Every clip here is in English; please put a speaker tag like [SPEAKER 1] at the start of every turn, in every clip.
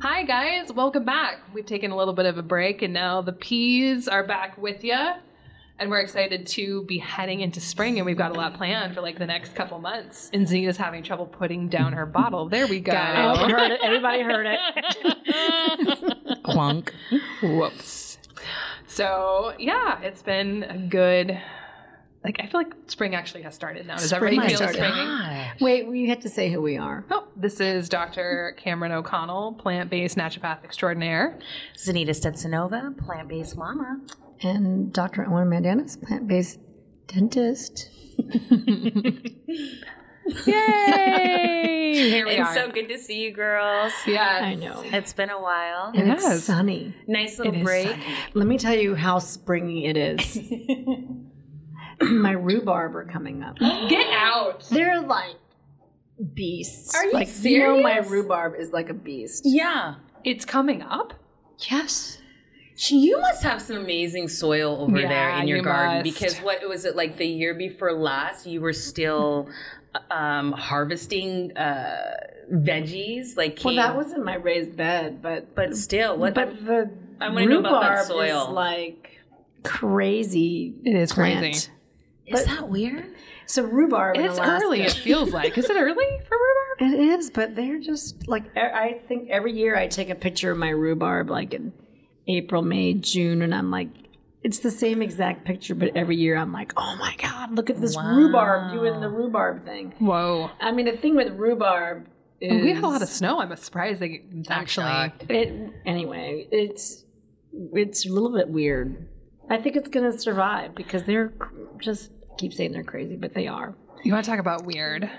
[SPEAKER 1] Hi, guys. Welcome back. We've taken a little bit of a break, and now the peas are back with you. And we're excited to be heading into spring, and we've got a lot planned for like the next couple months. And Zena's having trouble putting down her bottle. There we go.
[SPEAKER 2] Got it. heard it. Everybody heard it.
[SPEAKER 3] Clunk.
[SPEAKER 1] Whoops. So, yeah, it's been a good. Like, I feel like spring actually has started now. Does
[SPEAKER 3] Spring
[SPEAKER 1] everybody feel
[SPEAKER 3] has started.
[SPEAKER 1] spring?
[SPEAKER 4] Wait, we had to say who we are.
[SPEAKER 1] Oh, this is Dr. Cameron O'Connell, plant based naturopath extraordinaire.
[SPEAKER 2] Zanita Stetsonova, plant based mama.
[SPEAKER 4] And Dr. Owen Mandanis, plant based dentist.
[SPEAKER 1] Yay! Here we
[SPEAKER 2] It's
[SPEAKER 1] are.
[SPEAKER 2] so good to see you girls.
[SPEAKER 1] yes.
[SPEAKER 4] I know.
[SPEAKER 2] It's been a while.
[SPEAKER 4] And
[SPEAKER 1] It
[SPEAKER 4] it's
[SPEAKER 1] has.
[SPEAKER 4] sunny.
[SPEAKER 2] Nice little
[SPEAKER 4] It is
[SPEAKER 2] break.
[SPEAKER 4] sunny. Let me tell you how springy it is. My rhubarb are coming up.
[SPEAKER 1] Get out.
[SPEAKER 4] They're like beasts.
[SPEAKER 2] Are you
[SPEAKER 4] like, You know, my
[SPEAKER 2] serious?
[SPEAKER 4] rhubarb is like a beast.
[SPEAKER 2] Yeah.
[SPEAKER 1] It's coming up.
[SPEAKER 4] Yes.
[SPEAKER 2] She- You must have some amazing soil over
[SPEAKER 1] Yeah,
[SPEAKER 2] there in your
[SPEAKER 1] you
[SPEAKER 2] garden
[SPEAKER 1] must.
[SPEAKER 2] because what was it like the year before last? You were still um, harvesting uh, veggies, like
[SPEAKER 4] Well,
[SPEAKER 2] came,
[SPEAKER 4] that was in my raised bed, but
[SPEAKER 2] But still, what?
[SPEAKER 4] but the
[SPEAKER 2] I wanna
[SPEAKER 4] rhubarb
[SPEAKER 2] know about that
[SPEAKER 4] is
[SPEAKER 2] soil.
[SPEAKER 4] like crazy.
[SPEAKER 1] It is
[SPEAKER 4] plant.
[SPEAKER 1] crazy.
[SPEAKER 2] is that weird?
[SPEAKER 4] So rhubarb. in
[SPEAKER 1] It's
[SPEAKER 4] Alaska-
[SPEAKER 1] early, it feels like. Is it early for rhubarb?
[SPEAKER 4] It is, but they're just like e- I think every year I take a picture of my rhubarb like in April, May, June, and I'm like, it's the same exact picture, but every year I'm like, oh my god, look at this rhubarb doing the rhubarb thing.
[SPEAKER 1] Whoa.
[SPEAKER 4] I mean, the thing with rhubarb is
[SPEAKER 1] Oh, We had a lot of snow. I'm surprised they actually.
[SPEAKER 4] it anyway. It's it's a little bit weird. I think it's gonna survive because they're cr- just I keep saying they're crazy, but they are.
[SPEAKER 1] You want to talk about weird?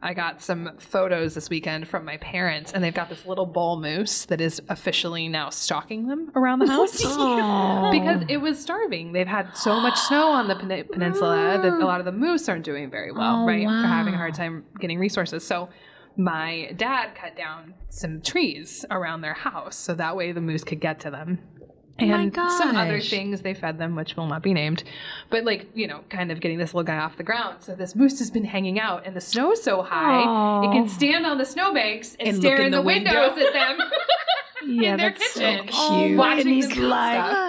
[SPEAKER 1] I got some photos this weekend from my parents, and they've got this little bull moose that is officially now stalking them around the house. because it was starving. They've had so much snow on the pen- peninsula that a lot of the moose aren't doing very
[SPEAKER 4] Oh,
[SPEAKER 1] well, right? They're having a hard time getting resources. So my dad cut down some trees around their house so that way the moose could get to them.
[SPEAKER 4] Oh
[SPEAKER 1] And some other
[SPEAKER 3] gosh.
[SPEAKER 1] things they fed them, which will not be named, but like, you know, kind of getting this little guy off the ground. So this moose has been hanging out, and the snow's so high, it can stand on the snowbanks and,
[SPEAKER 3] And look
[SPEAKER 1] stare
[SPEAKER 3] in
[SPEAKER 1] in the,
[SPEAKER 3] the window.
[SPEAKER 1] windows at them
[SPEAKER 4] Yeah,
[SPEAKER 1] in their
[SPEAKER 4] that's so
[SPEAKER 1] kitchen.
[SPEAKER 4] cute.
[SPEAKER 1] Watching
[SPEAKER 4] And he's
[SPEAKER 1] this little
[SPEAKER 4] like,
[SPEAKER 1] stuff.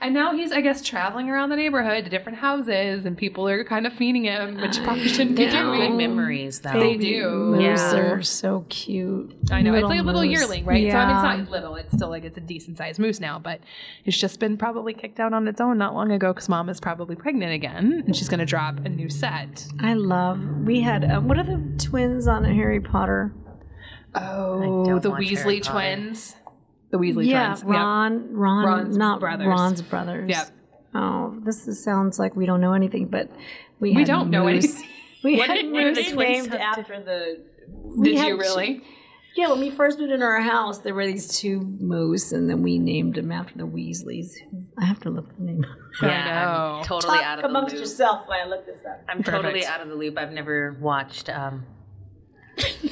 [SPEAKER 1] And now he's, I guess, traveling around the neighborhood to different houses, and people are kind of feeding him, which you probably shouldn't be
[SPEAKER 2] They are good
[SPEAKER 1] doing.
[SPEAKER 2] memories, though.
[SPEAKER 1] They do.
[SPEAKER 4] Moose
[SPEAKER 2] Yeah.
[SPEAKER 4] are so cute.
[SPEAKER 1] I know. It's like a little
[SPEAKER 4] moose.
[SPEAKER 1] yearling, right? So I mean,
[SPEAKER 4] Yeah.
[SPEAKER 1] it's not little. It's still like it's a decent sized moose now, but it's just been probably kicked out on its own not long ago because mom is probably pregnant again, and she's going to drop a new set.
[SPEAKER 4] I love. We had um, what are the twins on Harry Potter?
[SPEAKER 1] Oh, the
[SPEAKER 2] watch
[SPEAKER 1] Weasley
[SPEAKER 2] Harry Potter.
[SPEAKER 1] twins. The Weasley
[SPEAKER 4] yeah,
[SPEAKER 1] twins.
[SPEAKER 4] Ron, Ron,
[SPEAKER 1] Ron's
[SPEAKER 4] not
[SPEAKER 1] brothers.
[SPEAKER 4] Ron's brothers.
[SPEAKER 1] Yep.
[SPEAKER 4] Oh, this is, sounds like we don't know anything, but we
[SPEAKER 1] We
[SPEAKER 4] had
[SPEAKER 1] don't know
[SPEAKER 4] moose.
[SPEAKER 1] anything.
[SPEAKER 4] We
[SPEAKER 2] What
[SPEAKER 4] had
[SPEAKER 2] did- what did the
[SPEAKER 4] moose
[SPEAKER 2] twins
[SPEAKER 4] named
[SPEAKER 2] have to-
[SPEAKER 4] after the. we
[SPEAKER 1] Did
[SPEAKER 4] had-
[SPEAKER 1] you really?
[SPEAKER 4] Yeah, when we first moved into our house, there were these two moose, and then we named them after the Weasleys. I have to look the name. up.
[SPEAKER 2] Yeah,
[SPEAKER 1] know.
[SPEAKER 2] I'm totally
[SPEAKER 4] Talk
[SPEAKER 2] out of the
[SPEAKER 4] amongst
[SPEAKER 2] loop.
[SPEAKER 4] yourself while I look this up.
[SPEAKER 2] I'm totally
[SPEAKER 1] Perfect.
[SPEAKER 2] out of the loop. I've never watched. Um...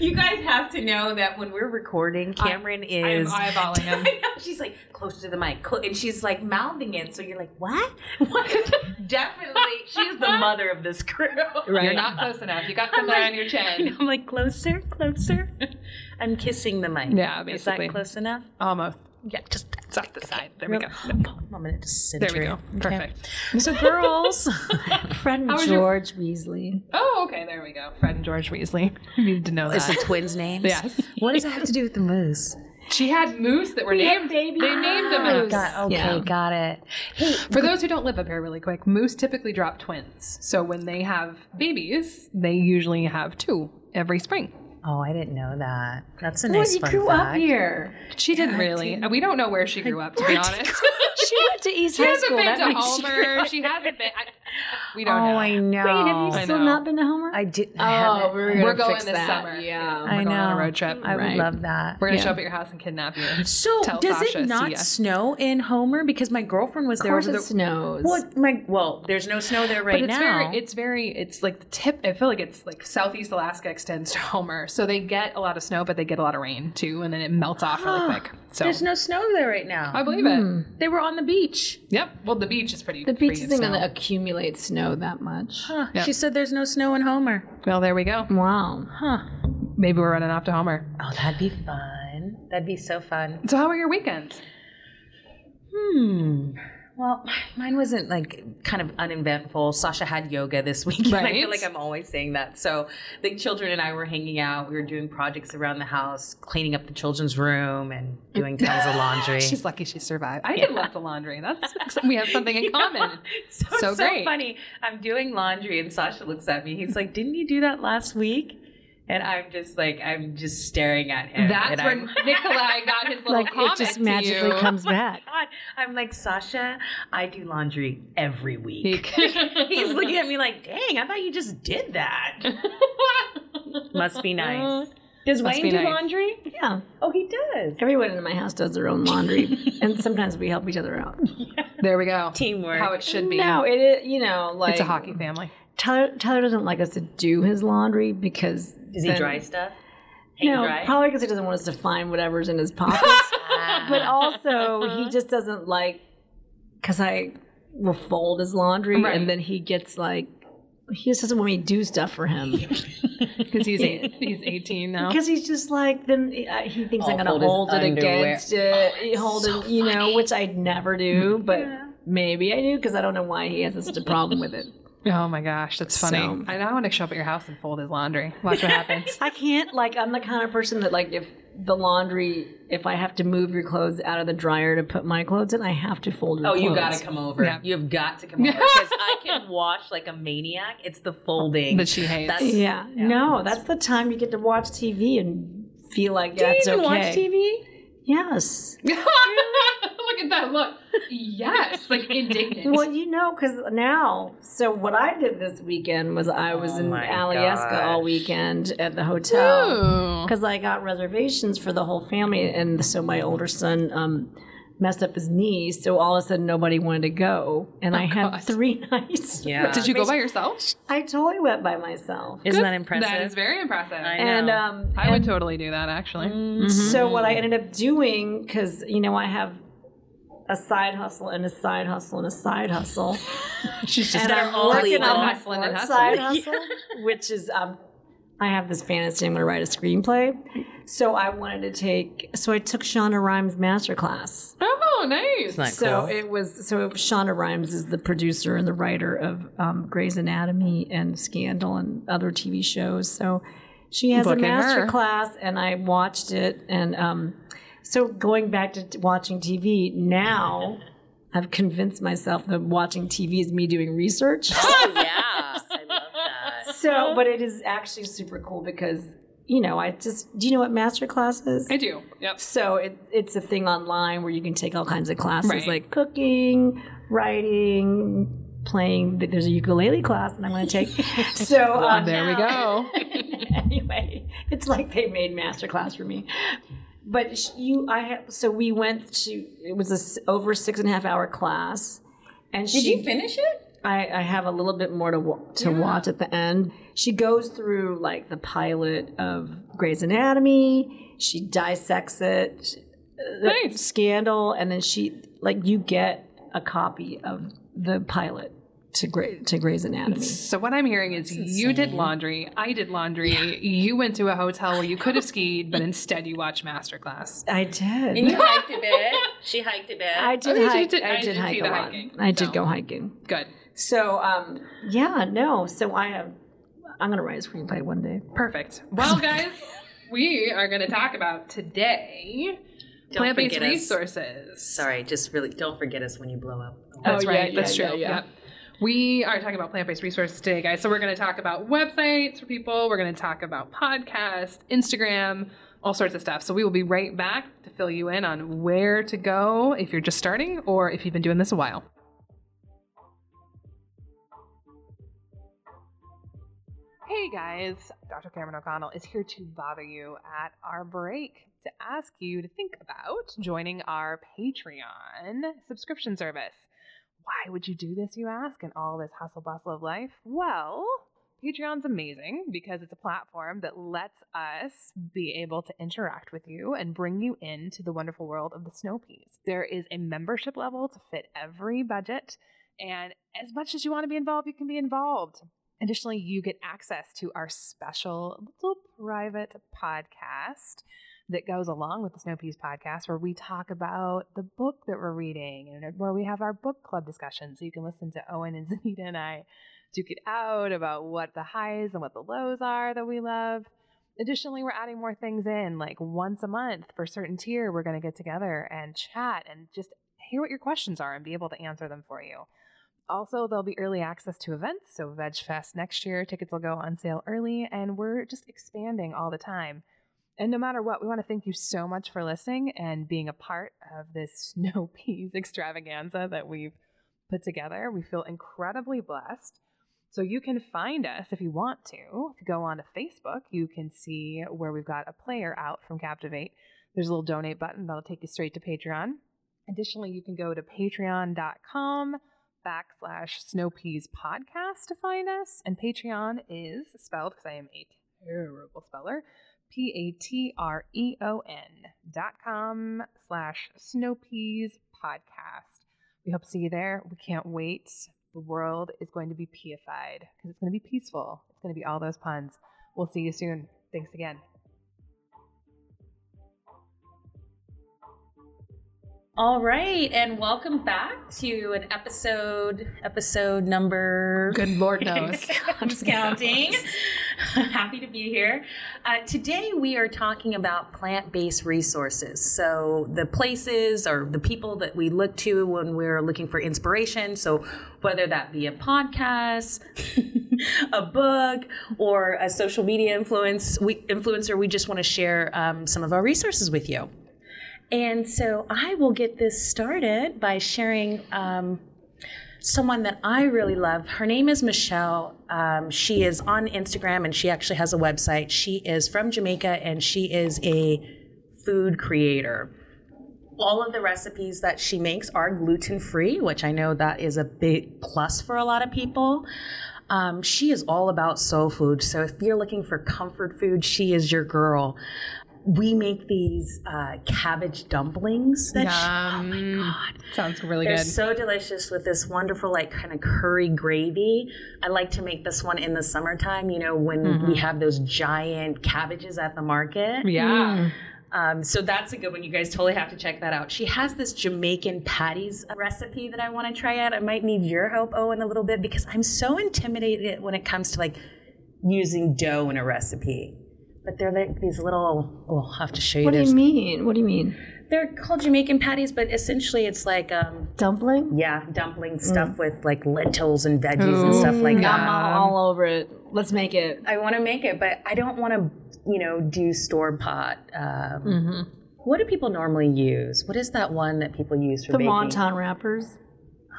[SPEAKER 2] you guys have to know that when we're recording, Cameron
[SPEAKER 1] I'm
[SPEAKER 2] is.
[SPEAKER 1] eyeballing him.
[SPEAKER 2] she's like close to the mic, clo- and she's like mouthing it. So you're like, what? What? Definitely, she's the mother of this crew.
[SPEAKER 1] You're not close enough. You got something
[SPEAKER 2] like-
[SPEAKER 1] on your chin.
[SPEAKER 2] I'm like closer, closer. I'm kissing the mic.
[SPEAKER 1] Yeah,
[SPEAKER 2] Is that
[SPEAKER 1] basically.
[SPEAKER 2] close enough?
[SPEAKER 1] Almost.
[SPEAKER 2] Yeah, just
[SPEAKER 1] It's off the side. There we go.
[SPEAKER 2] I'm gonna just sit
[SPEAKER 1] There we go. Perfect.
[SPEAKER 2] So girls,
[SPEAKER 4] Friend
[SPEAKER 1] was your-
[SPEAKER 4] George Weasley.
[SPEAKER 1] Oh, okay. There we go. Fred and George Weasley. You need to know
[SPEAKER 2] it's the
[SPEAKER 1] that.
[SPEAKER 2] twins' names.
[SPEAKER 1] Yes.
[SPEAKER 2] What does that have to do with the moose?
[SPEAKER 1] She had moose that were named.
[SPEAKER 4] baby
[SPEAKER 1] they named them
[SPEAKER 4] moose.
[SPEAKER 1] after.
[SPEAKER 2] Got, okay,
[SPEAKER 4] Yeah.
[SPEAKER 2] got it.
[SPEAKER 1] For those who don't live up here, really quick, moose typically drop twins. So when they have babies, they usually have two every spring.
[SPEAKER 2] Oh, I didn't know that. That's a
[SPEAKER 4] Well,
[SPEAKER 2] nice
[SPEAKER 4] you
[SPEAKER 2] fun
[SPEAKER 4] grew
[SPEAKER 2] fact.
[SPEAKER 4] up here.
[SPEAKER 1] She didn't really. and We don't know where she grew up, to be honest.
[SPEAKER 4] She went to East
[SPEAKER 1] she
[SPEAKER 4] High
[SPEAKER 1] hasn't
[SPEAKER 4] School.
[SPEAKER 1] been
[SPEAKER 4] That
[SPEAKER 1] to
[SPEAKER 4] makes you-
[SPEAKER 1] Homer. She hasn't been. I, we
[SPEAKER 2] Oh,
[SPEAKER 1] don't know.
[SPEAKER 2] I know.
[SPEAKER 4] Wait, have you
[SPEAKER 1] I
[SPEAKER 4] still
[SPEAKER 1] know.
[SPEAKER 4] not been to Homer?
[SPEAKER 2] I did. I
[SPEAKER 4] oh,
[SPEAKER 2] haven't.
[SPEAKER 4] we're,
[SPEAKER 1] We're
[SPEAKER 4] gonna
[SPEAKER 1] going
[SPEAKER 4] fix
[SPEAKER 1] this
[SPEAKER 4] that.
[SPEAKER 1] summer.
[SPEAKER 4] Yeah.
[SPEAKER 1] We're
[SPEAKER 2] I
[SPEAKER 1] going on a
[SPEAKER 2] know.
[SPEAKER 1] road trip.
[SPEAKER 2] I
[SPEAKER 4] Right.
[SPEAKER 2] would love that.
[SPEAKER 1] We're gonna
[SPEAKER 4] Yeah.
[SPEAKER 1] show up at your house and kidnap you.
[SPEAKER 2] So
[SPEAKER 1] Tell
[SPEAKER 2] does
[SPEAKER 1] Sasha,
[SPEAKER 2] it
[SPEAKER 1] see
[SPEAKER 2] not
[SPEAKER 1] ya.
[SPEAKER 2] snow in Homer? Because my girlfriend was
[SPEAKER 4] Of
[SPEAKER 2] there.
[SPEAKER 4] course,
[SPEAKER 2] over
[SPEAKER 4] it
[SPEAKER 2] the,
[SPEAKER 4] snows.
[SPEAKER 2] Well, my well, there's no snow there right
[SPEAKER 1] but it's
[SPEAKER 2] now.
[SPEAKER 1] very it's very it's like the tip i feel like it's like southeast alaska extends to homer so they get a lot of snow but they get a lot of rain too and then it melts off really quick so
[SPEAKER 2] there's no snow there right now.
[SPEAKER 1] i believe it
[SPEAKER 2] they were on the beach.
[SPEAKER 1] yep well the beach is pretty
[SPEAKER 4] the beach
[SPEAKER 1] free of
[SPEAKER 4] isn't
[SPEAKER 1] snow.
[SPEAKER 4] going to accumulate snow that much.
[SPEAKER 2] Huh.
[SPEAKER 1] Yeah.
[SPEAKER 2] She said there's no snow in Homer.
[SPEAKER 1] well there we go
[SPEAKER 4] Wow.
[SPEAKER 2] Huh.
[SPEAKER 1] Maybe we're running off to Homer.
[SPEAKER 2] Oh, that'd be fun. That'd be so fun.
[SPEAKER 1] So, how were your weekends?
[SPEAKER 2] Hmm. Well, mine wasn't like kind of uneventful. Sasha had yoga this week. I
[SPEAKER 1] Right.
[SPEAKER 2] feel like I'm always saying that. So the children and I were hanging out. We were doing projects around the house, cleaning up the children's room and doing tons of laundry.
[SPEAKER 1] She's lucky she survived. I did lots of laundry. That's we have something in
[SPEAKER 2] Yeah.
[SPEAKER 1] common.
[SPEAKER 2] So, it's
[SPEAKER 1] So
[SPEAKER 2] so
[SPEAKER 1] great.
[SPEAKER 2] funny. I'm doing laundry and Sasha looks at me. He's like, "Didn't you do that last week?" And I'm just like, I'm just staring at him. and
[SPEAKER 1] That's where
[SPEAKER 2] I'm,
[SPEAKER 1] Nikolai got his little
[SPEAKER 4] like
[SPEAKER 1] comment
[SPEAKER 4] it just
[SPEAKER 1] to
[SPEAKER 4] magically
[SPEAKER 1] you.
[SPEAKER 4] comes back.
[SPEAKER 2] God. I'm like, Sasha, I do laundry every
[SPEAKER 1] He-
[SPEAKER 2] week. He's looking at me like, "Dang, I thought you just did that." Must be nice. Does
[SPEAKER 1] Uh, Must be
[SPEAKER 2] Wayne do
[SPEAKER 1] nice.
[SPEAKER 2] laundry?
[SPEAKER 4] Yeah,
[SPEAKER 2] Oh, he does.
[SPEAKER 4] everyone in my house does their own laundry, and sometimes we help each other out.
[SPEAKER 1] There we go.
[SPEAKER 2] Teamwork.
[SPEAKER 1] How it should be.
[SPEAKER 4] No, it is. You know, like
[SPEAKER 1] it's a hockey family.
[SPEAKER 4] Tyler, Tyler doesn't like us to do his laundry because
[SPEAKER 2] Does he
[SPEAKER 4] then-
[SPEAKER 2] dry stuff? Hang
[SPEAKER 4] No,
[SPEAKER 2] dry?
[SPEAKER 4] probably because he doesn't want us to find whatever's in his pockets. but
[SPEAKER 2] Ah.
[SPEAKER 4] also, he just doesn't like because I will fold his laundry,
[SPEAKER 1] Right.
[SPEAKER 4] and then he gets like he just doesn't want me to do stuff for him.
[SPEAKER 1] Because he's eight, he's 18 now.
[SPEAKER 4] Because he's just like then he- uh, he thinks
[SPEAKER 2] I'll
[SPEAKER 4] I'm gonna
[SPEAKER 2] fold
[SPEAKER 4] hold
[SPEAKER 2] his
[SPEAKER 4] it
[SPEAKER 2] underwear. Oh,
[SPEAKER 4] against it, He hold it, you know, which I'd never do, but maybe I do because I don't know why he has such a problem with it.
[SPEAKER 1] Oh my gosh, that's funny.
[SPEAKER 4] So-
[SPEAKER 1] I now want to show up at your house and fold his laundry. Watch what happens.
[SPEAKER 4] I can't like I'm the kind of person that like if the laundry if I have to move your clothes out of the dryer to put my clothes in, I have to fold your
[SPEAKER 2] Oh, you
[SPEAKER 4] clothes.
[SPEAKER 2] gotta come over.
[SPEAKER 1] Yeah.
[SPEAKER 2] You've got to come over because I can wash like a maniac. It's the folding.
[SPEAKER 1] that she hates.
[SPEAKER 2] That's-
[SPEAKER 4] Yeah. No, that's the time you get to watch TV and feel like that's
[SPEAKER 2] you even
[SPEAKER 4] okay.
[SPEAKER 2] watch TV?
[SPEAKER 4] Yes.
[SPEAKER 1] look at that look. Yes, like indignant.
[SPEAKER 4] Well, you know, because now, so what I did this weekend was I was
[SPEAKER 2] Oh
[SPEAKER 4] in
[SPEAKER 2] my
[SPEAKER 4] Alyeska all
[SPEAKER 2] gosh.
[SPEAKER 4] weekend at the hotel
[SPEAKER 1] Oh.
[SPEAKER 4] because I got reservations for the whole family, and so my older son um, messed up his knee, so all of a sudden nobody wanted to go, and I had
[SPEAKER 1] God.
[SPEAKER 4] three nights.
[SPEAKER 2] Yeah.
[SPEAKER 1] Did you go by yourself?
[SPEAKER 4] I totally went by myself,
[SPEAKER 2] Isn't
[SPEAKER 1] Good.
[SPEAKER 2] that impressive?
[SPEAKER 1] That is very impressive.
[SPEAKER 2] I
[SPEAKER 1] I,
[SPEAKER 4] and
[SPEAKER 2] know.
[SPEAKER 4] um,
[SPEAKER 1] would totally do that actually.
[SPEAKER 4] So what I ended up doing, because you know I have a side hustle and a side hustle and a side hustle,
[SPEAKER 1] She's
[SPEAKER 4] and
[SPEAKER 2] our
[SPEAKER 4] I'm
[SPEAKER 2] only
[SPEAKER 4] working on
[SPEAKER 2] one.
[SPEAKER 4] my
[SPEAKER 1] Hustling and
[SPEAKER 4] fourth
[SPEAKER 1] hustling.
[SPEAKER 4] side hustle, which is um, I have this fantasy I'm going to write a screenplay. So I wanted to take, so I took Shonda Rhimes' masterclass.
[SPEAKER 1] oh, nice.
[SPEAKER 2] Isn't that
[SPEAKER 4] So
[SPEAKER 2] cool?
[SPEAKER 4] it was so Shonda Rhimes is the producer and the writer of um, Grey's Anatomy and Scandal and other TV shows. So she has
[SPEAKER 1] Booking
[SPEAKER 4] a master
[SPEAKER 1] her.
[SPEAKER 4] class, and I watched it. And um, so going back to t- watching TV now, I've convinced myself that watching TV is me doing research.
[SPEAKER 2] oh yeah, I love that.
[SPEAKER 4] so, but it is actually super cool because you know I just do you know what master class is?
[SPEAKER 1] I do. Yep.
[SPEAKER 4] So it, it's a thing online where you can take all kinds of classes
[SPEAKER 1] Right.
[SPEAKER 4] like cooking, writing, playing. There's a ukulele class and I'm going to take. so um,
[SPEAKER 1] There we go.
[SPEAKER 4] anyway, it's like they made masterclass for me. But sh- you, I have. So we went to. It was a s- over six and a half hour class. And
[SPEAKER 2] Did
[SPEAKER 4] she,
[SPEAKER 2] you finish it?
[SPEAKER 4] I, I have a little bit more to wa- to watch at the end. She goes through like the pilot of Grey's Anatomy. She dissects it, uh, the
[SPEAKER 1] Nice.
[SPEAKER 4] scandal, and then she like you get a copy of the pilot to Grey to Grey's Anatomy.
[SPEAKER 1] So what I'm hearing is you did laundry, I did laundry, you went to a hotel where you could have skied, but instead you watched masterclass.
[SPEAKER 4] I
[SPEAKER 2] And
[SPEAKER 4] did.
[SPEAKER 2] you hiked a bit. She hiked a bit.
[SPEAKER 4] I did.
[SPEAKER 1] Oh, you
[SPEAKER 4] hike,
[SPEAKER 1] did-
[SPEAKER 4] I
[SPEAKER 1] I
[SPEAKER 4] did
[SPEAKER 1] didn't
[SPEAKER 4] hike
[SPEAKER 1] see
[SPEAKER 4] a
[SPEAKER 1] the
[SPEAKER 4] lot.
[SPEAKER 1] hiking,
[SPEAKER 4] I did
[SPEAKER 1] so.
[SPEAKER 4] go hiking.
[SPEAKER 1] Good.
[SPEAKER 4] So um, yeah, no. So I have. I'm gonna write a screenplay one day.
[SPEAKER 1] Perfect. Well, guys, we are going to talk about today
[SPEAKER 2] Don't
[SPEAKER 1] plant-based
[SPEAKER 2] forget us.
[SPEAKER 1] resources.
[SPEAKER 2] Sorry, just really don't forget us when you blow up.
[SPEAKER 1] That's
[SPEAKER 4] Oh, yeah,
[SPEAKER 1] right. That's
[SPEAKER 4] yeah,
[SPEAKER 1] true.
[SPEAKER 4] yeah, yeah.
[SPEAKER 1] Yep. We are talking about plant based resources today, guys. So, we're going to talk about websites for people. We're going to talk about podcasts, Instagram, all sorts of stuff. So, we will be right back to fill you in on where to go if you're just starting or if you've been doing this a while. Hey guys, Dr. Cameron O'Connell is here to bother you at our break to ask you to think about joining our Patreon subscription service. Why would you do this, you ask, in all this hustle bustle of life? Well, Patreon's amazing because it's a platform that lets us be able to interact with you and bring you into the wonderful world of the snow peas. There is a membership level to fit every budget, and as much as you want to be involved, you can be involved. Additionally, you get access to our special little private podcast that goes along with the Snow Peas podcast, where we talk about the book that we're reading and where we have our book club discussion. So you can listen to Owen and Zanita and I duke it out about what the highs and what the lows are that we love. Additionally, we're adding more things in, like once a month for a certain tier, we're going to get together and chat and just hear what your questions are and be able to answer them for you. Also, there'll be early access to events, so Veg Fest next year, tickets will go on sale early, and we're just expanding all the time. And no matter what, we want to thank you so much for listening and being a part of this snow peas extravaganza that we've put together. We feel incredibly blessed. So you can find us if you want to. If you go on to Facebook, you can see where we've got a player out from Captivate. There's a little donate button that'll take you straight to Patreon. Additionally, you can go to patreon.com backslash snowpeas podcast to find us. And Patreon is spelled because I am a terrible speller. P A T R E O N dot com slash snowpeas podcast. We hope to see you there. We can't wait. The world is going to be peified because it's going to be peaceful. It's going to be all those puns. We'll see you soon. Thanks again.
[SPEAKER 2] All right, and welcome back to an episode, episode number.
[SPEAKER 1] Good Lord knows.
[SPEAKER 2] I'm just counting. Happy to be here. Uh, today we are talking about plant-based resources. So the places or the people that we look to when we're looking for inspiration. So whether that be a podcast, a book, or a social media influence we, influencer, we just want to share um, some of our resources with you. And so I will get this started by sharing um, someone that I really love. Her name is Michelle. Um, she is on Instagram and she actually has a website. She is from Jamaica and she is a food creator. All of the recipes that she makes are gluten free, which I know that is a big plus for a lot of people. Um, she is all about soul food. So if you're looking for comfort food, she is your girl. We make these uh, cabbage dumplings that she, oh my god,
[SPEAKER 1] Um, Sounds really
[SPEAKER 2] they're
[SPEAKER 1] good.
[SPEAKER 2] so delicious with this wonderful, like, kind of curry gravy. I like to make this one in the summertime, you know, when we have those giant cabbages at the market.
[SPEAKER 1] yeah.
[SPEAKER 2] Um, so that's a good one. You guys totally have to check that out. She has this Jamaican patties recipe that I want to try out. I might need your help, Owen, a little bit because I'm so intimidated when it comes to like using dough in a recipe. But they're like these little. Oh, I'll have to show you
[SPEAKER 4] What do
[SPEAKER 2] this.
[SPEAKER 4] you mean? What do you mean?
[SPEAKER 2] They're called Jamaican patties, but essentially it's like um,
[SPEAKER 4] Dumpling?
[SPEAKER 2] yeah, dumpling stuff with like lentils and veggies and stuff like that.
[SPEAKER 4] I'm all, all over it. Let's make it.
[SPEAKER 2] I want to make it, but I don't want to, you know, do store bought. Um, What do people normally use? What is that one that people use for
[SPEAKER 4] The
[SPEAKER 2] baking?
[SPEAKER 4] wonton wrappers.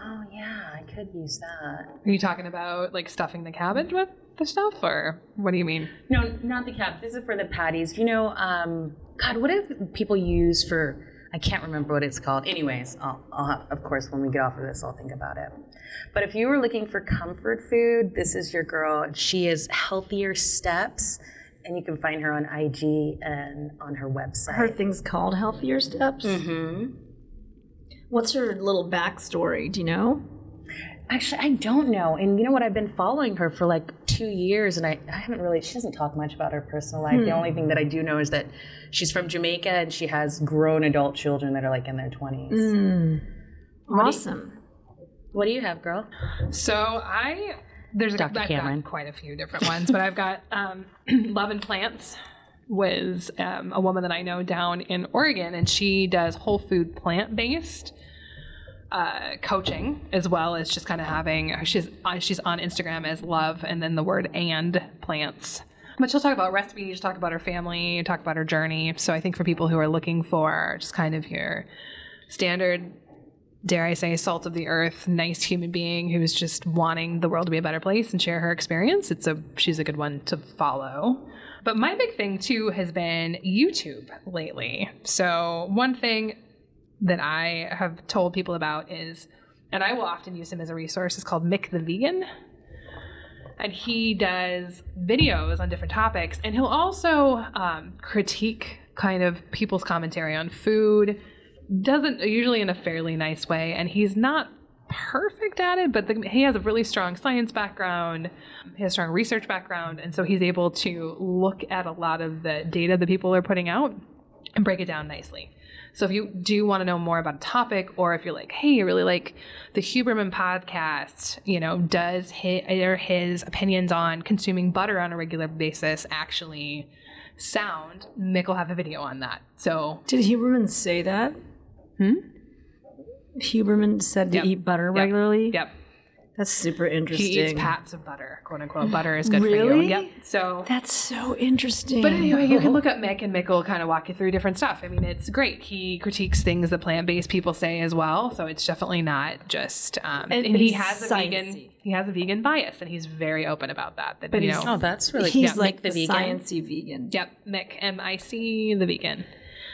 [SPEAKER 2] Oh yeah, I could use that.
[SPEAKER 1] Are you talking about like stuffing the cabbage with the stuff, or what do you mean?
[SPEAKER 2] No, not the cap. This is for the patties. You know, um, God, what do people use for? I can't remember what it's called. Anyways, I'll, I'll have, of course, when we get off of this, I'll think about it. But if you were looking for comfort food, this is your girl. She is Healthier Steps, and you can find her on IG and on her website.
[SPEAKER 4] Her thing's called Healthier Steps.
[SPEAKER 1] Mm.
[SPEAKER 2] Mhm.
[SPEAKER 4] What's her little backstory? Do you know?
[SPEAKER 2] Actually, I don't know. And you know what? I've been following her for like two years, and I, I haven't really, she doesn't talk much about her personal life. The only thing that I do know is that she's from Jamaica and she has grown adult children that are like in their 20s.
[SPEAKER 4] Awesome.
[SPEAKER 2] What do you have, girl?
[SPEAKER 1] So I there's a, I've
[SPEAKER 2] Dr. Cameron.
[SPEAKER 1] got quite a few different ones, but I've got um, Love and Plants was um, a woman that I know down in Oregon, and she does whole food plant based uh, coaching as well as just kind of having she's uh, she's on Instagram as Love and then the word and plants. But she'll talk about recipes, talk about her family, talk about her journey. So I think for people who are looking for just kind of your standard dare I say, salt of the earth, nice human being who's just wanting the world to be a better place and share her experience. It's a she's a good one to follow. But my big thing too has been YouTube lately. So one thing that I have told people about is, and I will often use him as a resource, is called Mick the Vegan and he does videos on different topics and he'll also um, critique kind of people's commentary on food doesn't usually in a fairly nice way and he's not perfect at it, but the, he has a really strong science background. He has a strong research background, and so he's able to look at a lot of the data that people are putting out and break it down nicely. So if you do want to know more about a topic, or if you're like, hey, I really like the Huberman podcast, you know, does his, are his opinions on consuming butter on a regular basis actually sound? Mick will have a video on that. So
[SPEAKER 4] Did Huberman say that?
[SPEAKER 1] Hmm?
[SPEAKER 4] Huberman said to
[SPEAKER 1] Yep.
[SPEAKER 4] eat butter regularly.
[SPEAKER 1] yep,
[SPEAKER 4] That's super
[SPEAKER 1] he
[SPEAKER 4] interesting.
[SPEAKER 1] eats pats of butter, quote unquote. Butter is good for you.
[SPEAKER 4] Really?
[SPEAKER 1] Yep. So
[SPEAKER 4] That's so interesting.
[SPEAKER 1] But anyway, you can look up Mick, and Mick will kind of walk you through different stuff. I mean, it's great. He critiques things that plant-based people say as well, so it's definitely not just. Um, and
[SPEAKER 4] And-
[SPEAKER 1] he
[SPEAKER 4] but
[SPEAKER 1] has a
[SPEAKER 4] he's
[SPEAKER 1] vegan.
[SPEAKER 4] sciencey.
[SPEAKER 1] He has a vegan bias, and he's very open about that. That
[SPEAKER 4] But
[SPEAKER 1] you
[SPEAKER 4] he's-
[SPEAKER 1] know,
[SPEAKER 2] that's really
[SPEAKER 4] he's
[SPEAKER 1] yeah,
[SPEAKER 4] like
[SPEAKER 2] the
[SPEAKER 4] the,
[SPEAKER 2] vegan.
[SPEAKER 4] sciencey vegan.
[SPEAKER 1] yep, Mick M I C the vegan.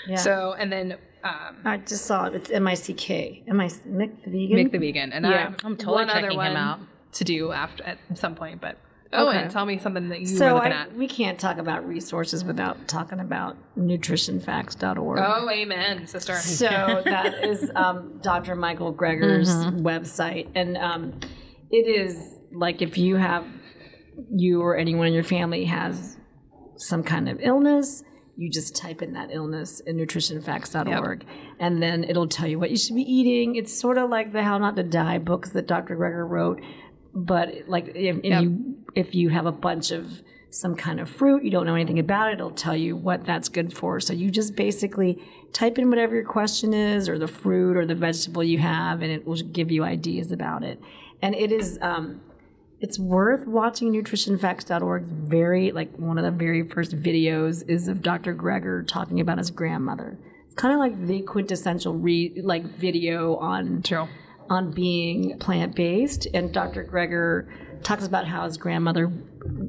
[SPEAKER 4] Yeah.
[SPEAKER 1] So and then um,
[SPEAKER 4] I just saw it. It's M I C K. M I Mick the vegan.
[SPEAKER 1] Mick the vegan, and
[SPEAKER 4] Yeah.
[SPEAKER 1] I,
[SPEAKER 2] I'm totally
[SPEAKER 1] one other
[SPEAKER 2] checking him
[SPEAKER 1] one
[SPEAKER 2] out.
[SPEAKER 1] to do after at some point. But oh,
[SPEAKER 4] Okay.
[SPEAKER 1] and tell me something that you were
[SPEAKER 4] so
[SPEAKER 1] looking
[SPEAKER 4] I,
[SPEAKER 1] at.
[SPEAKER 4] we can't talk about resources without talking about nutritionfacts.org.
[SPEAKER 1] Oh, amen, sister.
[SPEAKER 4] So that is um, Dr. Michael Greger's website, and um, it is like if you have you or anyone in your family has some kind of illness, you just type in that illness in nutritionfacts.org, and then it'll tell you what you should be eating. It's sort of like the How Not to Die books that Dr. Greger wrote, but like if, and
[SPEAKER 1] Yep.
[SPEAKER 4] you, if you have a bunch of some kind of fruit, you don't know anything about it, it'll tell you what that's good for. So you just basically type in whatever your question is, or the fruit or the vegetable you have, and it will give you ideas about it. And it is um, it's worth watching nutritionfacts.org. Very like one of the very first videos is of Dr. Greger talking about his grandmother. It's kind of like the quintessential re- like video on
[SPEAKER 1] True.
[SPEAKER 4] on being plant based, and Dr. Greger talks about how his grandmother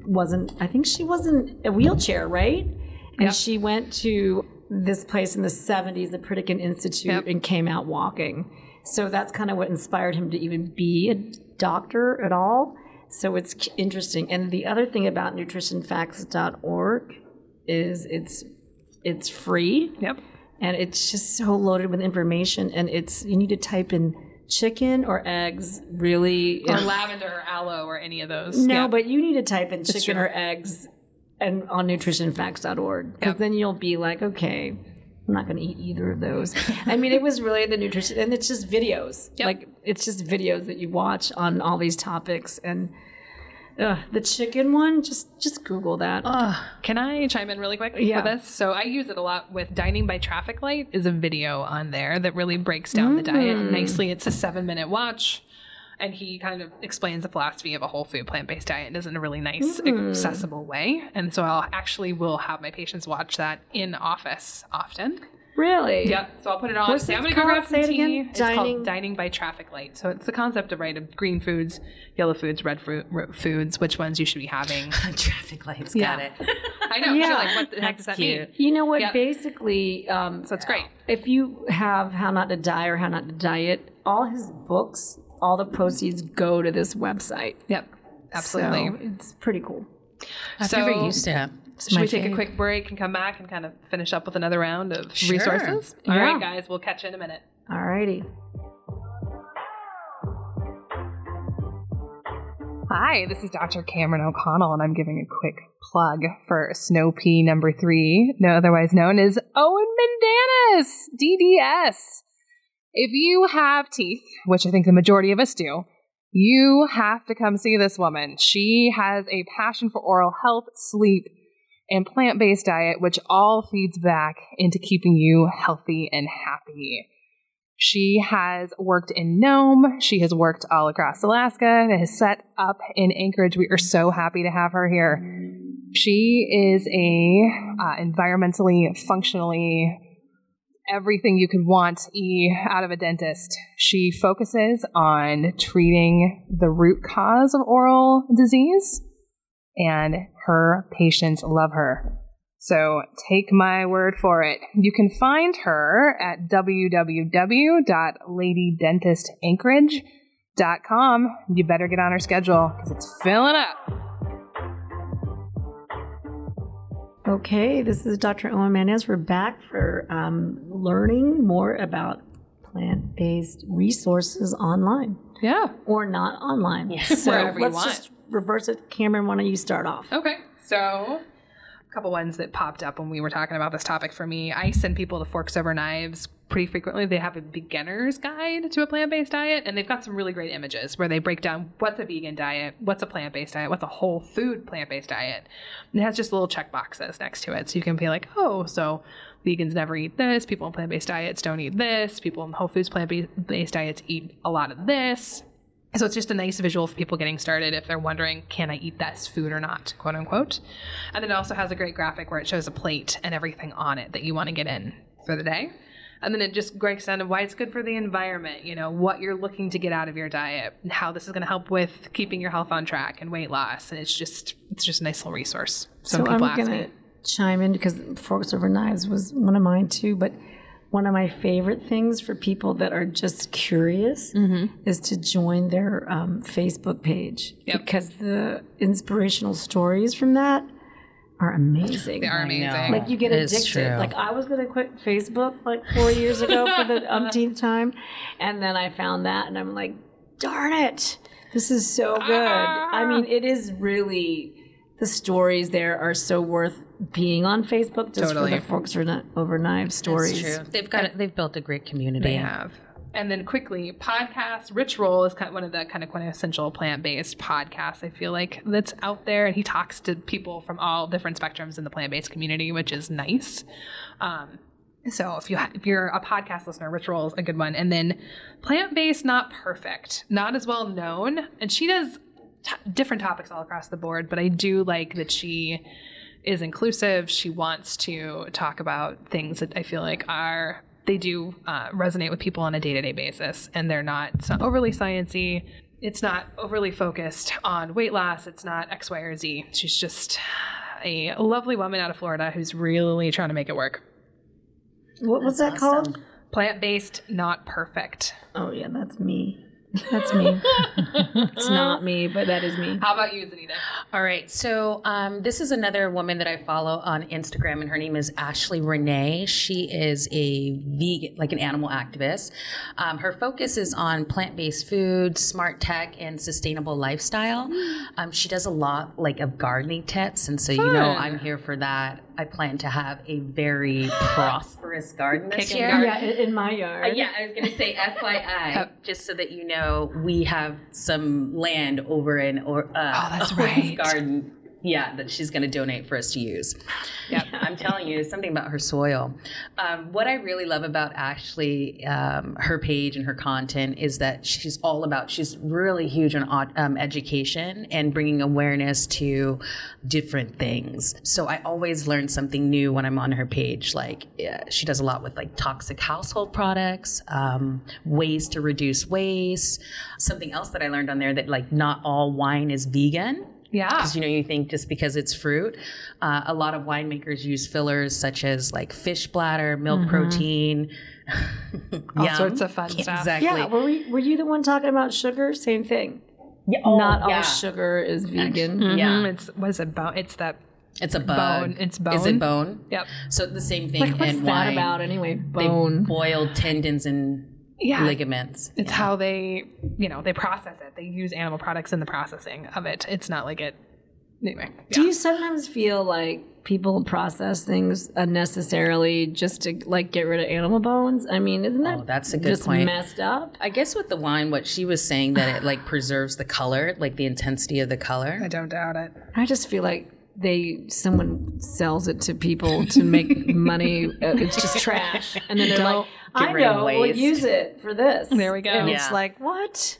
[SPEAKER 4] wasn't. I think she was in a wheelchair, right? And
[SPEAKER 1] Yep.
[SPEAKER 4] she went to this place in the '70s, the Pritikin Institute,
[SPEAKER 1] Yep.
[SPEAKER 4] and came out walking. So that's kind of what inspired him to even be a doctor at all. So it's c- interesting. And the other thing about nutritionfacts.org is it's it's free
[SPEAKER 1] Yep.
[SPEAKER 4] and it's just so loaded with information and it's you need to type in chicken or eggs really
[SPEAKER 1] Or lavender, or aloe, or any of those.
[SPEAKER 4] no
[SPEAKER 1] Yep.
[SPEAKER 4] but you need to type in chicken
[SPEAKER 1] true.
[SPEAKER 4] or eggs and on nutritionfacts.org because
[SPEAKER 1] Yep.
[SPEAKER 4] then you'll be like okay i'm not going to eat either of those i mean it was really the nutrition and it's just videos
[SPEAKER 1] Yep.
[SPEAKER 4] like it's just videos that you watch on all these topics and uh, the chicken one just just google that
[SPEAKER 1] Ugh. can I chime in really quick
[SPEAKER 4] Yeah.
[SPEAKER 1] for this? So I use it a lot with dining by traffic light is a video on there that really breaks down the
[SPEAKER 4] Mm.
[SPEAKER 1] diet nicely. It's a seven minute watch. And he kind of explains the philosophy of a whole food plant based diet in a really nice,
[SPEAKER 4] Mm.
[SPEAKER 1] accessible way. And so I'll actually will have my patients watch that in office often.
[SPEAKER 4] really
[SPEAKER 1] Yeah, so I'll put it on.
[SPEAKER 4] What's
[SPEAKER 1] Say,
[SPEAKER 4] it
[SPEAKER 1] I'm gonna go
[SPEAKER 4] called?
[SPEAKER 1] grab some
[SPEAKER 4] Say it
[SPEAKER 1] tea.
[SPEAKER 4] again.
[SPEAKER 1] It's
[SPEAKER 4] Dining-
[SPEAKER 1] called dining by traffic light. So it's the concept of right of green foods, yellow foods, red fruit, ro- foods, which ones you should be having.
[SPEAKER 2] Traffic lights, got
[SPEAKER 1] Yeah.
[SPEAKER 2] it.
[SPEAKER 1] I know.
[SPEAKER 4] Yeah.
[SPEAKER 1] Yeah. Like, what the heck does that
[SPEAKER 2] That's
[SPEAKER 1] mean?
[SPEAKER 2] cute.
[SPEAKER 4] You know what?
[SPEAKER 1] Yeah.
[SPEAKER 4] Basically, um,
[SPEAKER 1] So it's great.
[SPEAKER 4] if you have How Not to Die or How Not to Diet, all his books, all the proceeds go to this website.
[SPEAKER 1] Yep. Absolutely.
[SPEAKER 4] So it's pretty cool.
[SPEAKER 2] I've
[SPEAKER 1] So-
[SPEAKER 2] never used it.
[SPEAKER 1] Should
[SPEAKER 4] my
[SPEAKER 1] we take a
[SPEAKER 4] fave.
[SPEAKER 1] quick break and come back and kind of finish up with another round of
[SPEAKER 2] Sure.
[SPEAKER 1] resources? All right,
[SPEAKER 4] Yeah.
[SPEAKER 1] guys, we'll catch you in a minute.
[SPEAKER 4] Alrighty.
[SPEAKER 1] Hi, this is Dr. Cameron O'Connell, and I'm giving a quick plug for Snow Pea number three, no otherwise known as Owen Mendanis, DDS. If you have teeth, which I think the majority of us do, you have to come see this woman. She has a passion for oral health, sleep, and plant based diet, which all feeds back into keeping you healthy and happy. She has worked in Nome. She has worked all across Alaska and has set up in Anchorage. We are so happy to have her here. She is a uh, environmentally, functionally, everything you could want e out of a dentist. She focuses on treating the root cause of oral disease, and her patients love her. So take my word for it. You can find her at www.ladydentistanchorage.com. You better get on her schedule because it's filling up.
[SPEAKER 4] Okay, this is Dr. Owen Manez. We're back for um, learning more about plant based resources online
[SPEAKER 1] Yeah.
[SPEAKER 4] or not online.
[SPEAKER 2] Yes.
[SPEAKER 4] So
[SPEAKER 1] Wherever you
[SPEAKER 4] let's
[SPEAKER 1] want.
[SPEAKER 4] just reverse it. Cameron, why don't you start off?
[SPEAKER 1] Okay. So, a couple ones that popped up when we were talking about this topic for me. I send people the forks over knives pretty frequently. They have a beginner's guide to a plant based diet, and they've got some really great images where they break down what's a vegan diet, what's a plant based diet, what's a whole food plant based diet. And it has just little check boxes next to it. So, you can be like, oh, so vegans never eat this, people on plant based diets don't eat this, people on whole foods plant based diets eat a lot of this. So it's just a nice visual for people getting started if they're wondering, can I eat this food or not, quote unquote. And then it also has a great graphic where it shows a plate and everything on it that you want to get in for the day. And then it just breaks down to why it's good for the environment, you know, what you're looking to get out of your diet, and how this is going to help with keeping your health on track and weight loss. And it's just, it's just a nice little resource. Some
[SPEAKER 4] so
[SPEAKER 1] people
[SPEAKER 4] I'm
[SPEAKER 1] ask
[SPEAKER 4] gonna
[SPEAKER 1] me.
[SPEAKER 4] chime in because forks over knives was one of mine too, but one of my favorite things for people that are just curious is to join their um, Facebook page
[SPEAKER 1] Mm-hmm. Yep.
[SPEAKER 4] because the inspirational stories from that are amazing.
[SPEAKER 1] They are amazing.
[SPEAKER 4] Like you get
[SPEAKER 2] It's
[SPEAKER 4] addicted.
[SPEAKER 2] true.
[SPEAKER 4] Like I was gonna quit Facebook like four years ago for the umpteenth time, and then I found that, and I'm like, darn it, this is so good. I mean, it is really. The stories there are so worth being on Facebook just
[SPEAKER 1] Totally.
[SPEAKER 4] for the forks or kni- over knives stories.
[SPEAKER 2] It's true. They've got they've built a great community.
[SPEAKER 1] they have. And then quickly, podcast Rich Roll is kind of one of the kind of quintessential plant-based podcasts. I feel like that's out there, and he talks to people from all different spectrums in the plant-based community, which is nice. Um, so if you ha- if you're a podcast listener, Rich Roll is a good one. And then plant-based, not perfect, not as well known, and she does t- different topics all across the board. But I do like that she is inclusive. She wants to talk about things that I feel like are they do uh, resonate with people on a day to day basis, and they're not it's not overly sciency. It's not overly focused on weight loss. It's not X, Y, or Z. She's just a lovely woman out of Florida who's really trying to make it work.
[SPEAKER 4] What was that called?
[SPEAKER 1] Plant based, not perfect.
[SPEAKER 4] Oh yeah, that's me. That's me. it's not me, but that is me.
[SPEAKER 1] How about you, Zanita?
[SPEAKER 2] All right. So um, this is another woman that I follow on Instagram, and her name is Ashley Renee. She is a vegan, like an animal activist. Um, her focus is on plant-based food, smart tech, and sustainable lifestyle.
[SPEAKER 1] Hmm.
[SPEAKER 2] Um, she does a lot like of gardening tips, and so you know
[SPEAKER 1] Fun.
[SPEAKER 2] I'm here for that. I plan to have a very prosperous garden this
[SPEAKER 1] Kickin'
[SPEAKER 2] year.
[SPEAKER 1] garden.
[SPEAKER 4] Yeah, in in my yard.
[SPEAKER 2] Uh, yeah, I was going to say
[SPEAKER 1] Oh.
[SPEAKER 2] FYI, just so that you know, we have some land over in or uh,
[SPEAKER 1] Oh, that's
[SPEAKER 2] Owen's
[SPEAKER 1] right.
[SPEAKER 2] garden. Yeah, that she's going to donate for us to use.
[SPEAKER 1] Yep.
[SPEAKER 2] I'm telling you, something about her soil. Um, what I really love about Ashley, um, her page and her content is that she's all about. She's really huge on au- um, education and bringing awareness to different things. So I always learn something new when I'm on her page. Like yeah, she does a lot with like toxic household products, um, ways to reduce waste. Something else that I learned on there that like not all wine is vegan
[SPEAKER 1] Yeah.
[SPEAKER 2] because you know you think just because it's fruit uh, a lot of winemakers use fillers such as like fish bladder milk protein
[SPEAKER 1] All
[SPEAKER 2] Yum.
[SPEAKER 1] sorts of fun stuff.
[SPEAKER 2] exactly
[SPEAKER 4] Yeah, were, we, were you the one talking about sugar? Same thing.
[SPEAKER 2] Yeah, oh,
[SPEAKER 4] Not all
[SPEAKER 2] yeah. Mm.
[SPEAKER 4] sugar is vegan.
[SPEAKER 2] yeah.
[SPEAKER 1] Mhm, It's what is it bone? It's that
[SPEAKER 2] it's a bone.
[SPEAKER 1] bone. It's bone.
[SPEAKER 2] is it bone
[SPEAKER 1] Yep.
[SPEAKER 2] so the same thing
[SPEAKER 4] Like, what's
[SPEAKER 2] in
[SPEAKER 4] that
[SPEAKER 2] wine
[SPEAKER 4] about anyway?
[SPEAKER 2] They
[SPEAKER 4] Bone.
[SPEAKER 2] boil tendons and
[SPEAKER 1] Yeah.
[SPEAKER 2] ligaments
[SPEAKER 1] It's how they, you know, they process it. They use animal products in the processing of it. It's not like it. Anyway,
[SPEAKER 4] Do
[SPEAKER 1] yeah.
[SPEAKER 4] you sometimes feel like people process things unnecessarily just to like get rid of animal bones? I mean, isn't that
[SPEAKER 2] Oh, that's a good
[SPEAKER 4] just
[SPEAKER 2] point.
[SPEAKER 4] messed up?
[SPEAKER 2] I guess with the wine, what she was saying that it like preserves the color, like the intensity of the color.
[SPEAKER 1] I don't doubt it.
[SPEAKER 4] I just feel like they someone sells it to people to make money. Uh, It's just trash, and then they're like, "I
[SPEAKER 2] rid of
[SPEAKER 4] know, we'll
[SPEAKER 2] waste."
[SPEAKER 4] use it for this."
[SPEAKER 1] There we go.
[SPEAKER 4] And it's
[SPEAKER 2] Yeah.
[SPEAKER 4] like, what?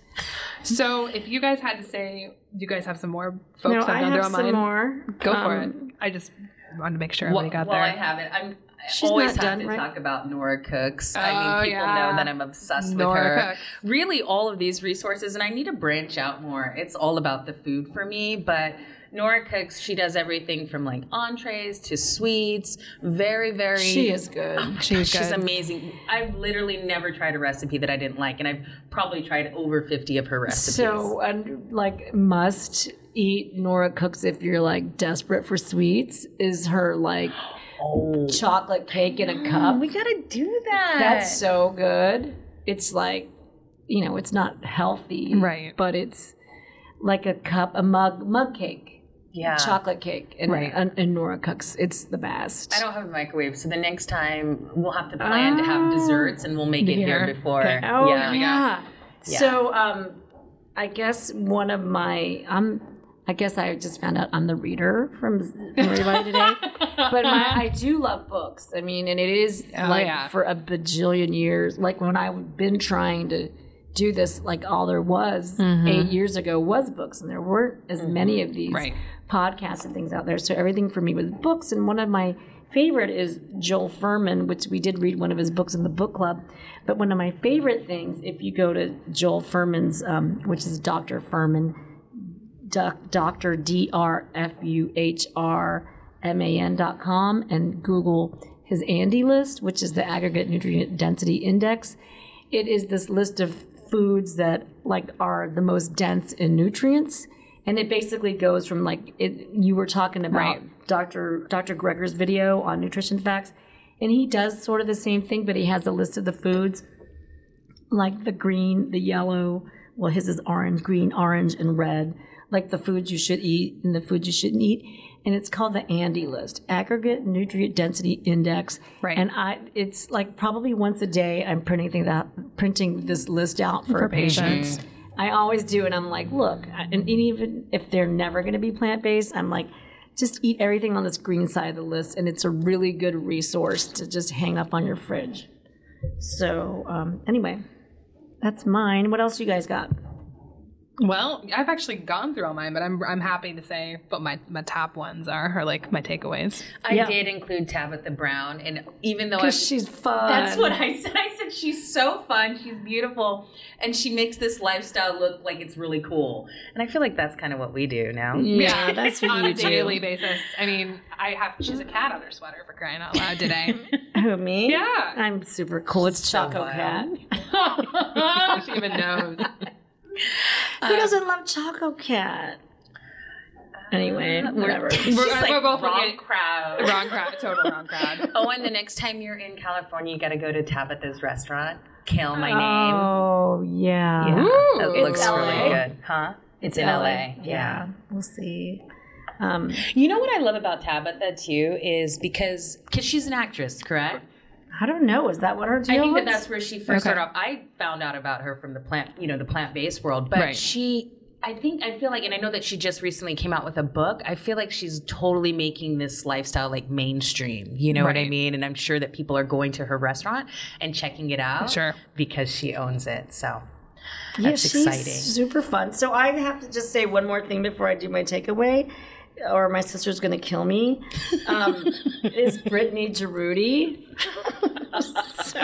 [SPEAKER 1] So, if you guys had to say, do you guys have some more folks
[SPEAKER 4] no,
[SPEAKER 1] have
[SPEAKER 4] I
[SPEAKER 1] done their
[SPEAKER 4] have
[SPEAKER 1] own
[SPEAKER 4] some
[SPEAKER 1] mine?
[SPEAKER 4] more.
[SPEAKER 1] Go for it.
[SPEAKER 4] Um,
[SPEAKER 1] I just wanted to make sure everybody got
[SPEAKER 2] well,
[SPEAKER 1] there.
[SPEAKER 2] I haven't. I'm. I
[SPEAKER 4] She's
[SPEAKER 2] always
[SPEAKER 4] not
[SPEAKER 2] have
[SPEAKER 4] done,
[SPEAKER 2] to
[SPEAKER 4] right?
[SPEAKER 2] talk about Nora Cooks.
[SPEAKER 1] Oh,
[SPEAKER 2] I mean, people
[SPEAKER 1] yeah.
[SPEAKER 2] know that I'm obsessed
[SPEAKER 1] Nora
[SPEAKER 2] with her.
[SPEAKER 1] Cooks.
[SPEAKER 2] Really, all of these resources, and I need to branch out more. It's all about the food for me, but. Nora Cooks, she does everything from like entrees to sweets. Very, very.
[SPEAKER 4] She is good.
[SPEAKER 1] She's
[SPEAKER 2] She's
[SPEAKER 1] good.
[SPEAKER 2] amazing. I've literally never tried a recipe that I didn't like, and I've probably tried over 50 of her recipes.
[SPEAKER 4] So, and like, must eat Nora Cooks if you're like desperate for sweets is her like
[SPEAKER 2] oh, Mm.
[SPEAKER 4] chocolate cake in a cup.
[SPEAKER 2] we gotta do that.
[SPEAKER 4] That's so good. it's like, you know, it's not healthy,
[SPEAKER 1] Right.
[SPEAKER 4] But it's like a cup, a mug, mug cake,
[SPEAKER 2] Yeah.
[SPEAKER 4] chocolate cake, and
[SPEAKER 1] Right.
[SPEAKER 4] and, and Nora cooks. It's the best.
[SPEAKER 2] I don't have a microwave, so the next time we'll have to plan to have desserts and we'll make it here
[SPEAKER 1] Here.
[SPEAKER 2] before.
[SPEAKER 1] Okay.
[SPEAKER 4] Oh
[SPEAKER 2] yeah.
[SPEAKER 4] yeah.
[SPEAKER 2] Yeah.
[SPEAKER 4] So um, I guess one of my um, I guess I just found out I'm the reader from, from everybody today. but my I do love books. I mean, and it is
[SPEAKER 1] Oh,
[SPEAKER 4] like
[SPEAKER 1] yeah.
[SPEAKER 4] for a bajillion years. Like when I've been trying to do this, like all there was
[SPEAKER 1] Mm-hmm.
[SPEAKER 4] eight years ago was books, and there weren't as many of these
[SPEAKER 1] Right.
[SPEAKER 4] podcasts and things out there. So everything for me was books. And one of my favorite is Joel Furman, which we did read one of his books in the book club. But one of my favorite things, if you go to Joel Furman's, um, which is Dr. Furman, doc, Dr. D R F U H R M A N dot com, and Google his Andy list, which is the aggregate nutrient density index. It is this list of foods that like are the most dense in nutrients, and it basically goes from like it. You were talking about
[SPEAKER 1] Right.
[SPEAKER 4] Dr. Dr. Greger's video on nutrition facts, and he does sort of the same thing, but he has a list of the foods like the green, the yellow. Well, his is orange, green, orange, and red. Like the foods you should eat and the foods you shouldn't eat. And it's called the Andy list, aggregate nutrient density index.
[SPEAKER 1] Right.
[SPEAKER 4] And I, it's like probably once a day I'm printing that, printing this list out for,
[SPEAKER 1] For
[SPEAKER 4] patients.
[SPEAKER 1] patients.
[SPEAKER 4] I always do, and I'm like, look, I- and, and even if they're never going to be plant based, I'm like, just eat everything on this green side of the list, and it's a really good resource to just hang up on your fridge. So um, anyway, that's mine. What else you guys got?
[SPEAKER 1] Well, I've actually gone through all mine, but I'm I'm happy to say what my, my top ones are, or like my takeaways.
[SPEAKER 2] I
[SPEAKER 4] Yeah.
[SPEAKER 2] did include Tabitha Brown, and even though I
[SPEAKER 4] Because she's fun.
[SPEAKER 2] That's what I said. I said she's so fun, she's beautiful, and she makes this lifestyle look like it's really cool. And I feel like that's kind of what we do now.
[SPEAKER 4] Yeah, that's what
[SPEAKER 1] on
[SPEAKER 4] you
[SPEAKER 1] a daily
[SPEAKER 4] do.
[SPEAKER 1] basis. I mean, I have she's a cat on her sweater for crying out loud today.
[SPEAKER 4] Who me?
[SPEAKER 1] yeah,
[SPEAKER 4] I'm super cool. It's Choco
[SPEAKER 2] wild.
[SPEAKER 4] Cat.
[SPEAKER 1] she even knows.
[SPEAKER 4] Who doesn't love Choco Cat? Uh, Anyway, whatever.
[SPEAKER 2] She's
[SPEAKER 1] We're-
[SPEAKER 2] like
[SPEAKER 1] we're both
[SPEAKER 2] wrong
[SPEAKER 1] looking at-
[SPEAKER 2] crowd.
[SPEAKER 1] Wrong crowd, total wrong crowd.
[SPEAKER 2] Oh, and the next time you're in California, you got to go to Tabitha's restaurant. Kill my name.
[SPEAKER 4] Oh yeah.
[SPEAKER 1] Ooh,
[SPEAKER 2] It looks
[SPEAKER 4] LA.
[SPEAKER 2] really good, huh? It's, in LA. yeah.
[SPEAKER 4] we'll see. Um,
[SPEAKER 2] You know what I love about Tabitha too is because because she's an actress, correct?
[SPEAKER 4] I don't know. Is that what her
[SPEAKER 2] I
[SPEAKER 4] deal
[SPEAKER 2] think
[SPEAKER 4] was?
[SPEAKER 2] that that's where she first
[SPEAKER 1] Okay.
[SPEAKER 2] started off. I found out about her from the plant, you know, the plant based world, but
[SPEAKER 1] Right.
[SPEAKER 2] she. I think I feel like, and I know that she just recently came out with a book. I feel like she's totally making this lifestyle like mainstream. You know what I
[SPEAKER 1] Right.
[SPEAKER 2] mean? And I'm sure that people are going to her restaurant and checking it out
[SPEAKER 1] Sure.
[SPEAKER 2] because she owns it. So
[SPEAKER 4] yeah,
[SPEAKER 2] that's
[SPEAKER 4] she's
[SPEAKER 2] exciting.
[SPEAKER 4] Super fun. So I have to just say one more thing before I do my takeaway, or my sister's gonna kill me. Um, is Brittany Giroudi?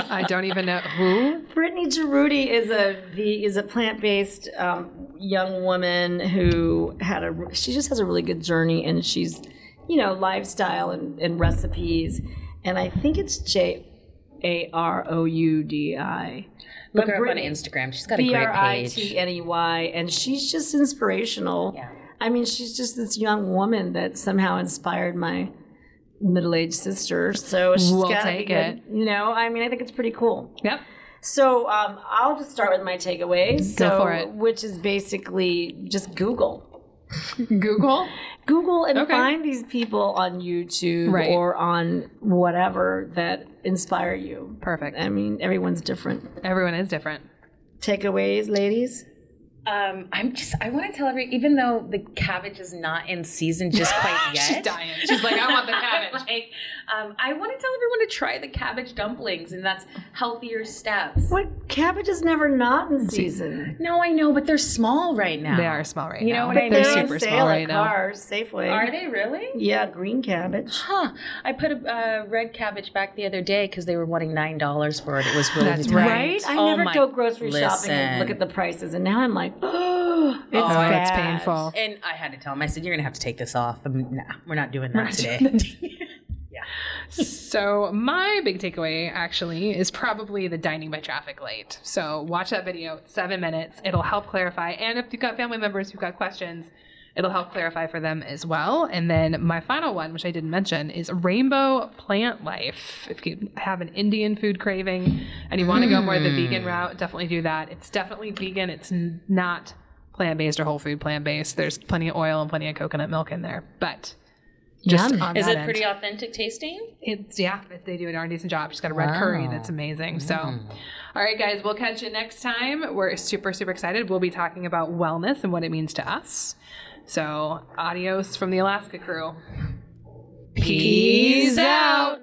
[SPEAKER 1] I don't even know who.
[SPEAKER 4] Brittany Giroudi is a the is a plant based um, young woman who had a she just has a really good journey and she's you know lifestyle and, and recipes and I think it's J A R O U D I.
[SPEAKER 2] Look
[SPEAKER 4] But
[SPEAKER 2] her up on
[SPEAKER 4] Brittany-
[SPEAKER 2] Instagram. She's got a
[SPEAKER 4] B
[SPEAKER 2] great
[SPEAKER 4] R I
[SPEAKER 2] page.
[SPEAKER 4] T N E Y, and she's just inspirational.
[SPEAKER 2] Yeah.
[SPEAKER 4] I mean, she's just this young woman that somehow inspired my middle-aged sister. So she's
[SPEAKER 1] We'll
[SPEAKER 4] got a
[SPEAKER 1] take
[SPEAKER 4] good-
[SPEAKER 1] it.
[SPEAKER 4] You know, I mean, I think it's pretty cool.
[SPEAKER 1] Yep.
[SPEAKER 4] So um, I'll just start with my takeaways.
[SPEAKER 1] Go
[SPEAKER 4] so,
[SPEAKER 1] for it.
[SPEAKER 4] Which is basically just Google.
[SPEAKER 1] Google.
[SPEAKER 4] Google and
[SPEAKER 1] Okay.
[SPEAKER 4] find these people on YouTube
[SPEAKER 1] Right.
[SPEAKER 4] or on whatever that inspire you.
[SPEAKER 1] Perfect.
[SPEAKER 4] I mean, everyone's different.
[SPEAKER 1] Everyone is different.
[SPEAKER 4] Takeaways, ladies?
[SPEAKER 2] Um, I'm just, I want to tell everyone, even though the cabbage is not in season just quite yet.
[SPEAKER 1] She's dying. She's like, I want the cabbage.
[SPEAKER 2] like, um, I want to tell everyone to try the cabbage dumplings, and that's healthier steps.
[SPEAKER 4] What? Cabbage is never not in season.
[SPEAKER 2] No, I know, but they're small right now.
[SPEAKER 1] They are small right
[SPEAKER 2] You
[SPEAKER 1] now.
[SPEAKER 2] know what I
[SPEAKER 1] They're
[SPEAKER 2] mean?
[SPEAKER 1] super small right now.
[SPEAKER 4] Cars, Safeway.
[SPEAKER 2] Are they really?
[SPEAKER 4] Yeah, green cabbage.
[SPEAKER 2] Huh. I put a uh, red cabbage back the other day because they were wanting nine dollars for it. It was really
[SPEAKER 1] That's
[SPEAKER 2] tight.
[SPEAKER 1] right.
[SPEAKER 4] I
[SPEAKER 2] Oh
[SPEAKER 4] never
[SPEAKER 2] my-
[SPEAKER 4] go grocery shopping and look
[SPEAKER 2] listen.
[SPEAKER 4] at the prices, and now I'm like, oh, it's
[SPEAKER 1] Oh,
[SPEAKER 4] bad.
[SPEAKER 1] it's painful.
[SPEAKER 2] And I had to tell him. I said, "You're gonna have to take this off." I'm, nah, we're not doing that today.
[SPEAKER 1] So my big takeaway actually is probably the dining by traffic light. So watch that video, it's seven minutes. It'll help clarify. And if you've got family members who've got questions, It'll help clarify for them as well. And then my final one, which I didn't mention, is rainbow plant life. If you have an Indian food craving and you want to go more the vegan route, definitely do that. It's definitely vegan. It's n- not plant based or whole food plant based. There's plenty of oil and plenty of coconut milk in there, but just
[SPEAKER 4] Yum.
[SPEAKER 1] on
[SPEAKER 3] Is
[SPEAKER 1] that
[SPEAKER 3] it
[SPEAKER 1] end.
[SPEAKER 3] pretty authentic tasting?
[SPEAKER 1] It's yeah, but they do a darn decent job. She's got a red curry that's amazing. So, all right, guys, we'll catch you next time. We're super super excited. We'll be talking about wellness and what it means to us. So, adios from the Alaska crew. Peace out.